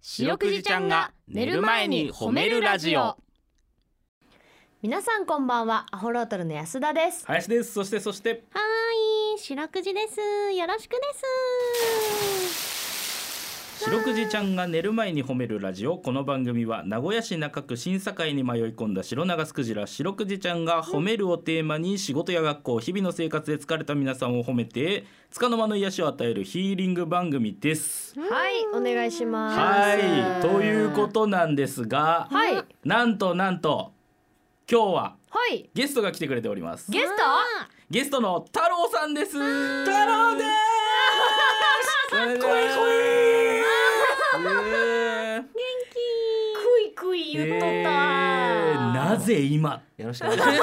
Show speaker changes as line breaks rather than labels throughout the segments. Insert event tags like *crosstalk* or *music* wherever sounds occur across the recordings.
白くじちゃんが寝る前に褒めるラジオ
皆さんこんばんはアホロートルの安田です
林ですそしてそして
はーい、白くじです。よろしくです。
白くじちゃんが寝る前に褒めるラジオこの番組は名古屋市中区審査会に迷い込んだ白長スクジラ白くじちゃんが褒めるをテーマに仕事や学校日々の生活で疲れた皆さんを褒めて束の間の癒しを与えるヒーリング番組です
はいお願いします
はいということなんですが
はいは
なんとなんと今日はいゲストが来てくれております
ゲスト
ゲストの太郎さんです。太郎でーす。こいこい。
クイクイ言っとっ
え
た
ーなぜ今。
よろしくお願いし *laughs* ます。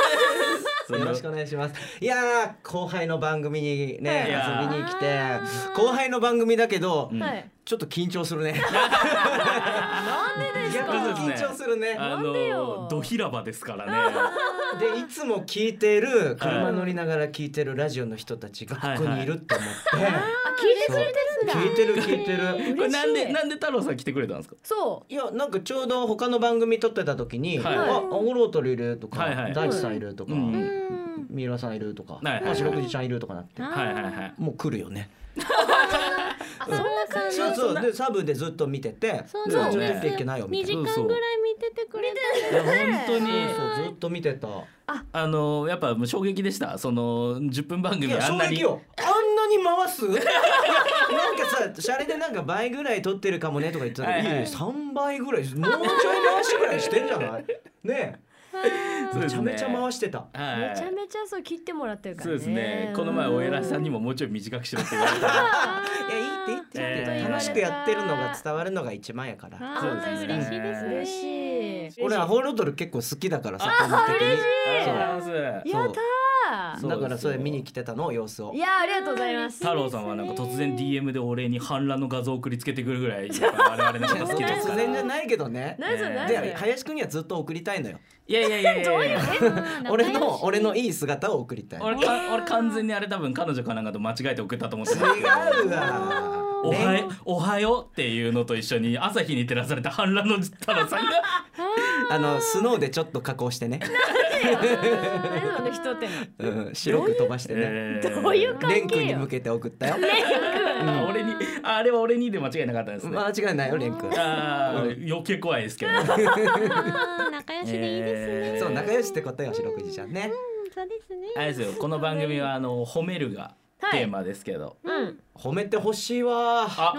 よろしくお願いします。いやー後輩の番組にね
はい
遊びに来て後輩の番組だけど、
うん
はい
ちょっと緊張するね。
なんでです
逆に
か
そうですね
緊張するね。
あ
なんでよ
のド平場ですからね。
でいつも聞いてる車乗りながら聞いてるラジオの人たちがここにいると思って、
あ聞いてくれてるんだ
聞いてる聞いてる。
これなん
嬉し
で
い
なんで太郎さん来てくれたんですか。
そう
いやなんかちょうど他の番組撮ってた時に「
はい
あアゴロートルいる」とか
はいはい
「大地さんいる」とか
う
うん
「
ん。
三浦さんいる」とか
いはいはい
「あ白くじちゃんいる」とかなって
はいはいはい。
もう来るよね。
あそんな感じ
そうそうでサブでずっと見てて
そう
ず
なん
っ
です
と
よ
出ていけないよみ
二
た
時
いな。
間ぐらい見ててくれたん
いや本当に
そうそうずっと見てた。
あのやっぱもう衝撃でした。その10分番
い
組
や
あん
衝
なに
撃。よ。あんなに回す？い *laughs* やなんかさシャレでなんか倍ぐらい取ってるかもねとか言ってた
は
け
い
ど、
はい
いやいや三倍ぐらいもうちょい回しぐらいしてんじゃ
*laughs*
ない？ね
そうで
めち
す
ゃ
ね
めちゃ回してた。
は
めちゃ
い。
めちゃそう切ってもらってるから
そ
ね
うですね。この前お偉いさんにももうちょい短くしろって言われたら。
いやいいっていいっていいって、
えー
楽しくやってるのが伝わるのが一番やから。
あ
そ
ー
うですね
嬉しいですね。
嬉しい
俺アホロドル結構好きだからさ、基本的に。
ありがとうございます
そう
やったー
そう
だからそれ見に来てたの様子を
い。やーありがとうございます
太郎さんはなんか突然 DM でお礼に反乱の画像を送りつけてくるぐらいやっぱ我々のこと好きですか *laughs*
突
ら。
然じゃないけどね。
何それ
ね
何そ
で
れ
林くんにはずっと送りたいのよ。
いやいやいやいや。どういう
俺の俺のいい姿を送りたい。
俺か俺完全にあれ多分彼女かなんかと間違えて送ったと思ってますけど
違うわ。
おはよおはようっていうのと一緒に朝日に照らされた反乱の太郎さんが
あのスノーでちょっと加工してね。
何その人って
うん、白く飛ばしてね。
え
のどういう関
レン君
係
に
よ
向けて送ったよ。
あ俺にああれは俺にで間違いなかったんですね。
間違いないよレン君。
あー余計怖いですけど。
あー仲良しでいいです
え
ね。
ー
そう仲良しってことよ白くじちゃんね。
うんそうですね。
あれですよこの番組はあの褒めるがテーマですけど。
うん
褒めてほしいわ。あ
あ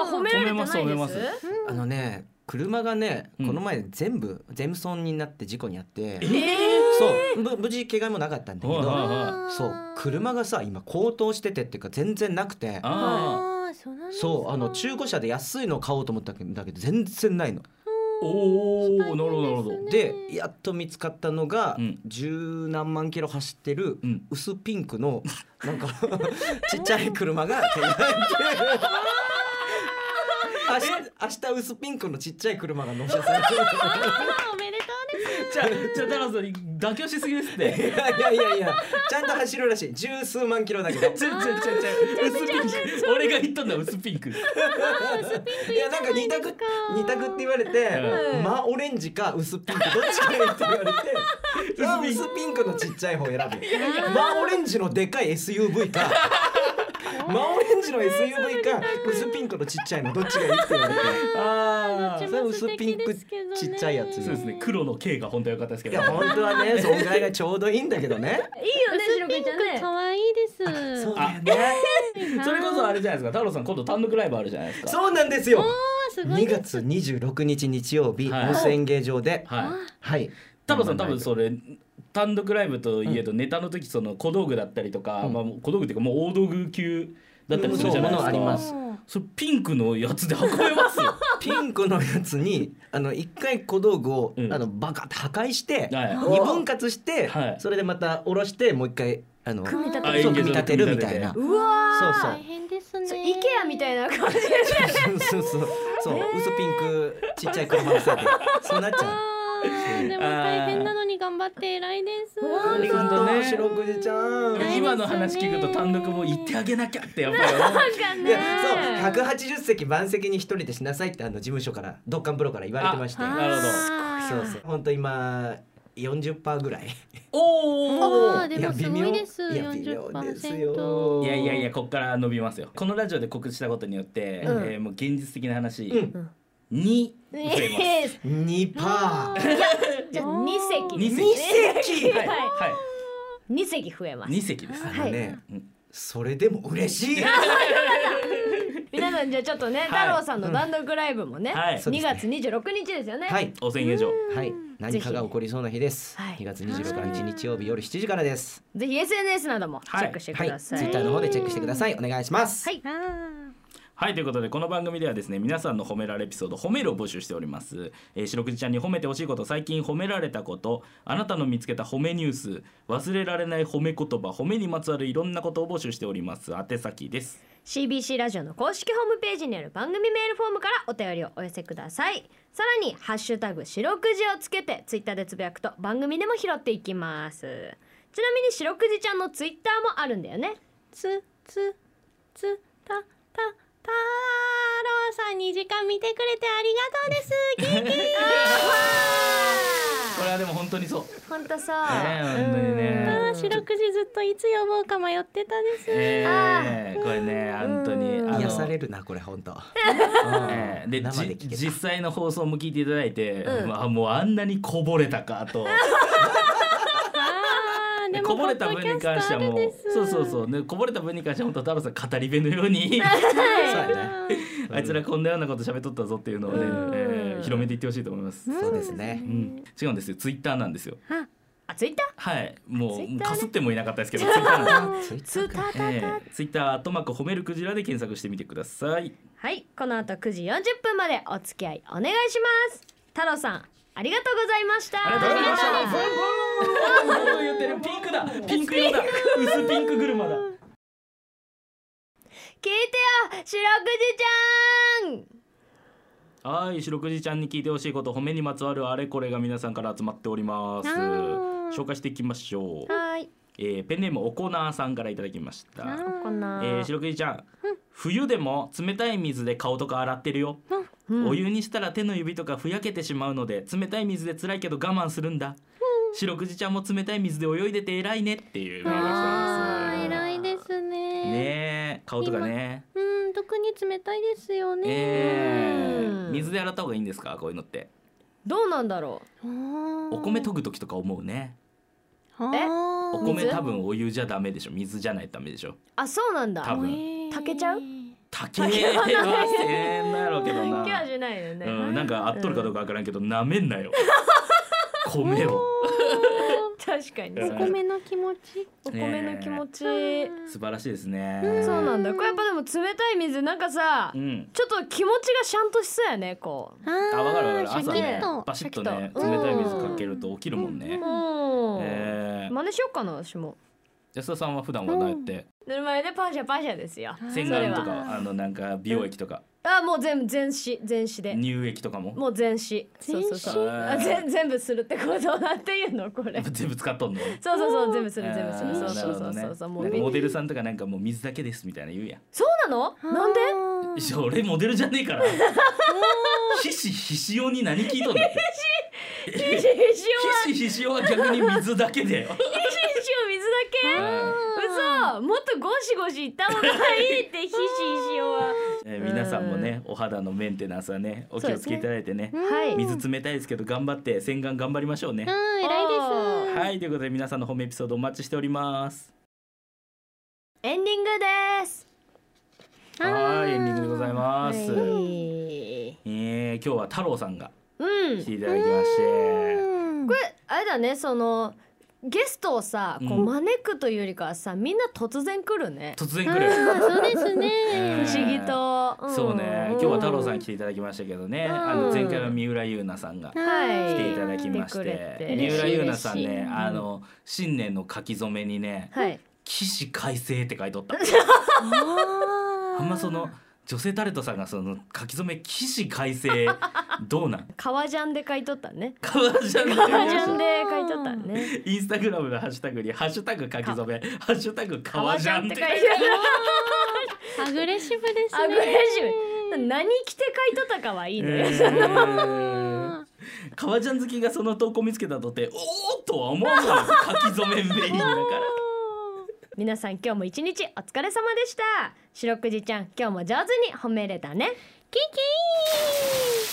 お
あ
ー
褒められてないです
褒めます褒めま
のね車がね
うん
この前全部全部損になって事故にあって。
えー
そうぶ無事怪我もなかったんだけ
はいはい
ど。
は
そう車がさ今高騰しててっていうか全然なくて。
あ
あーそうなんですか
そうあの中古車で安いの買おうと思ったんだけど全然ないの。
ーおおなるほどなるほど。
でやっと見つかったのが
うん
十何万キロ走ってる
うん
薄ピンクの
*laughs*
なんか *laughs* ちっちゃい車が手に入って明日明日薄ピンクのちっちゃい車が納車され
あーおめでとうです。
じゃあじゃあ太郎さん妥協しすぎですって。 *laughs*
るいやいやいやいやちゃんと走るらしい十数万キロだけど
ちょちょちょちょ薄ピンク俺が言ったんだ薄ピンク
いやなんか二択二択って言われて
う
真オレンジか薄ピンクどっちかって言われて
*laughs*
それは薄ピンクのちっちゃい方選ぶ真オレンジのでかい
*laughs*
SUV か真オレンジの SUV か薄ピンクのちっちゃいのどっちがいいって言われて
あ
ー
それは薄ピンクちっちゃいやつ
そうですね黒の K が本当は良かったですけ
い
ど
や本当
*laughs*
はね損害がちょうどいいんだけどね
いいよね白
ピ
く
ン
じちゃん
ク
ね
可愛いです。
そう
あ
だよね
それこそあれじゃないですか太郎さん今度単独ライブあるじゃないですか
そうなんですよ
ーすごい
2
です。
月26日日曜日
はい
温泉芸場で
はい
はい
太郎さん多分それ単独ライブといえどネタの時その小道具だったりとか、
うん
まあ小道具っていうかもう大道具級だったりするじゃないですか、
そうものあります
それピンクのやつで運べます
*laughs*
は
ピンクのやつにあの一回小道具を、
うん
あのバカって破壊して、
い
二分割して、
はい
それでまた下ろしてもう一回あの
組み立て
あ
る
そう組み立てる
演
み
劇の
たいなそう
うわー
そう
大変ですね。
そう IKEA みたいな感じ
そうそうそうそう嘘ピンクちっちゃい車のせいでそうなっちゃう。
あーでも大変なのに頑張って偉いです。
ありがと
本当
う、
ね
白くじちゃん。
ね
今の話聞くと単独も言ってあげなきゃってやっぱり思う
いやそう180席満席に一人でしなさいってあの事務所からドッカンプロから言われてまして
あなるほど
そうそう本当今40%ぐらい *laughs*
おお
あーでもすごいです
いや微妙ですよ
40%
いやいやいやここから伸びますよこのラジオで告知したことによって、
うん
えーもう現実的な話、
うん
に増
*laughs*
えます、
えー
2%パー
じゃあ二席
二
ですね
席。
席
はいはい
二席増えます。
二席です、
あのねそれでも嬉しい
皆さんじゃあちょっとね、
はい
太郎さんの単独ライブもね、
はい
2月26日ですよね。
はい
お千円以上
はい何かが起こりそうな日です
はい
2月26日日曜日夜7時からです
ぜひ SNS などもチェックして
は
く
い
ださい。
Twitter の方でチェックしてくださいお願いします
はい
はいということでこの番組ではですね皆さんの褒められエピソード褒めるを募集しております、えー、白くじちゃんに褒めてほしいこと最近褒められたことあなたの見つけた褒めニュース忘れられない褒め言葉褒めにまつわるいろんなことを募集しております宛先です
CBC ラジオの公式ホームページにある番組メールフォームからお便りをお寄せくださいさらに「ハッシュタグ白くじ」をつけてツイッターでつぶやくと番組でも拾っていきますちなみに白くじちゃんのツイッターもあるんだよね
つつつたたたろうさん2時間見てくれてありが
*laughs*
とうです。キーキー
これはでも本当にそう
ほんとそう、
ねえほんとにね
あー白くじずっといつ呼ぼうか迷ってたです。
えー、これね本当にあの
癒されるなこれ本 *laughs* 当
え
う
ー
ん
で
生
じ
で聞けた
実際の放送も聞いていただいて、まあもうあんなにこぼれたかと
あーでも
こぼれた分に関してはも
ポッド
う
キャストあるです
そうそうそうねこぼれた分に関しては本当太郎さん語り部のように *laughs*
そうやね
あいつらこんなようなこと喋っとったぞっていうのをね、えー広めていってほしいと思います。
そうですね
うん、違うんですよツイッターなんですよ
あツイッター
はいもう,、
Twitter ね
かすってもいなかったですけどツイッターなんです
Twitter か
えーツイッターアットマーク褒めるクジラで検索してみてください
はいこの後9時40分までお付き合いお願いします太郎さんありがとうございました
ありがとうございました
ありがとうございま
もう言ってるピンクだピンク色だ薄ピンク車だ
聞いてよ白くじちゃん
はい、白くじちゃんに聞いてほしいこと、褒めにまつわるあれこれが皆さんから集まっております。
あー
紹介していきましょう。
はい
えーペンネームおこなーさんからいただきまし
あ
た。
ー
こんな
えー、白くじちゃん、冬でも冷たい水で顔とか洗ってるよ。お湯にしたら手の指とかふやけてしまうので、冷たい水で辛いけど我慢するんだ。白くじちゃんも冷たい水で泳いでて偉いねっていうメールが来て
あ
ま
ー
す。
偉いですね。
ねえ、顔とかね。
うん特に冷たいですよね。
え
う
ー、
ん
水で洗った方がいいんですか、こういうのって。
どうなんだろう
お
お
米研ぐ時とか思うね
え
お米多分お湯じゃダメでしょ水じゃないとダメで
*laughs*
しょ
あそうなんだ
多分
炊けちゃう
竹はせんだろうけど
気は
な、
しないよね、
うん、なんかあっとるかどうかわからんけどなめん
*laughs*
なよ米を
確かに
う
お
ん *laughs*
そう
米の気持ち。
お米の気持ち、
素晴らしいですね
そうなんだこれやっぱでも冷たい水なんかさ、
うん
ちょっと気持ちがシャンとしそうやねこ
あ
あわかるわかる
ーシ
朝
ャキッ
ね
と
バシッと
シ
ね
ャキッと
冷たい水かけると起きるもんね
う、うん、
えー、
真似しようかな私も
安田さんは普段はどうやって
ぬるま湯でパシャパシャですよ
洗
それ
顔と
は
かあのなんか美容液とか
あもう全部全死全死で
乳液とかも
もう全死そうそうそうあ
全
全 *laughs* 全部するってことなんていうのこれ
全部使っとんの
そうそうそう全部する全部
あ
す
ー
るそう
な
そ
る
う
ほ
そ
ど
う
ね
そうそうも
な
うん
かモデルさんとかなんかもう水だけですみたいな言うやん
そうなのなん *laughs* で
いや俺モデルじゃねえからひしひしおに何聞いとんだよ
一生一
ひしひしおは逆に水だけだ
*laughs*
よ
水だけ嘘もっとゴシゴシいった方がいいってひしひしおは
えー皆さんもねお肌のメンテナンスはねお気をつけいただいてね
はい
水冷たいですけど頑張って洗顔頑張りましょうね
う、ん偉いです。
はいということで皆さんの褒めエピソードお待ちしております
エンディングです
はいエンディングでございます、
はい
えー今日は太郎さんが
うん
来ていただきまして
うん
これあれだねそのゲストをさこ
う
うん招くというよりかはさみんな突然来るね
突然来る
あそうですね。
不思議と、ん
そうね今日は太郎さん来ていただきましたけどね、あの前回は三浦優奈さんが
はい
*laughs* 来ていただきまして
来てくれて
三浦優奈さんね
嬉しい
あの新年の書き初めにね
はい
「起死回生」って書いとったあんまその女性タレントさんがその書き初め「起死回生」 *laughs* どうなん
革ジャンで買い取ったね
革ジャンだよ
革ジャンで買い取ったね
インスタグラムのハッシュタグに「ハッシュタグ書き初め」「ハッシュタグ革
革
ジ
ジ
ャ
ャ
ン」
ン
っ
ってて
書
書
い
い
て
て
あ
あ
る
アグレッシブですね
アグレッシ
*laughs*
ブ何着て買い取ったかはいいね、
えー革ジャン好きがその投稿見つけたとておおとは思わない書き初めメインだから
皆さん今日も一日お疲れ様でした白くじちゃん今日も上手に褒めれたねキキー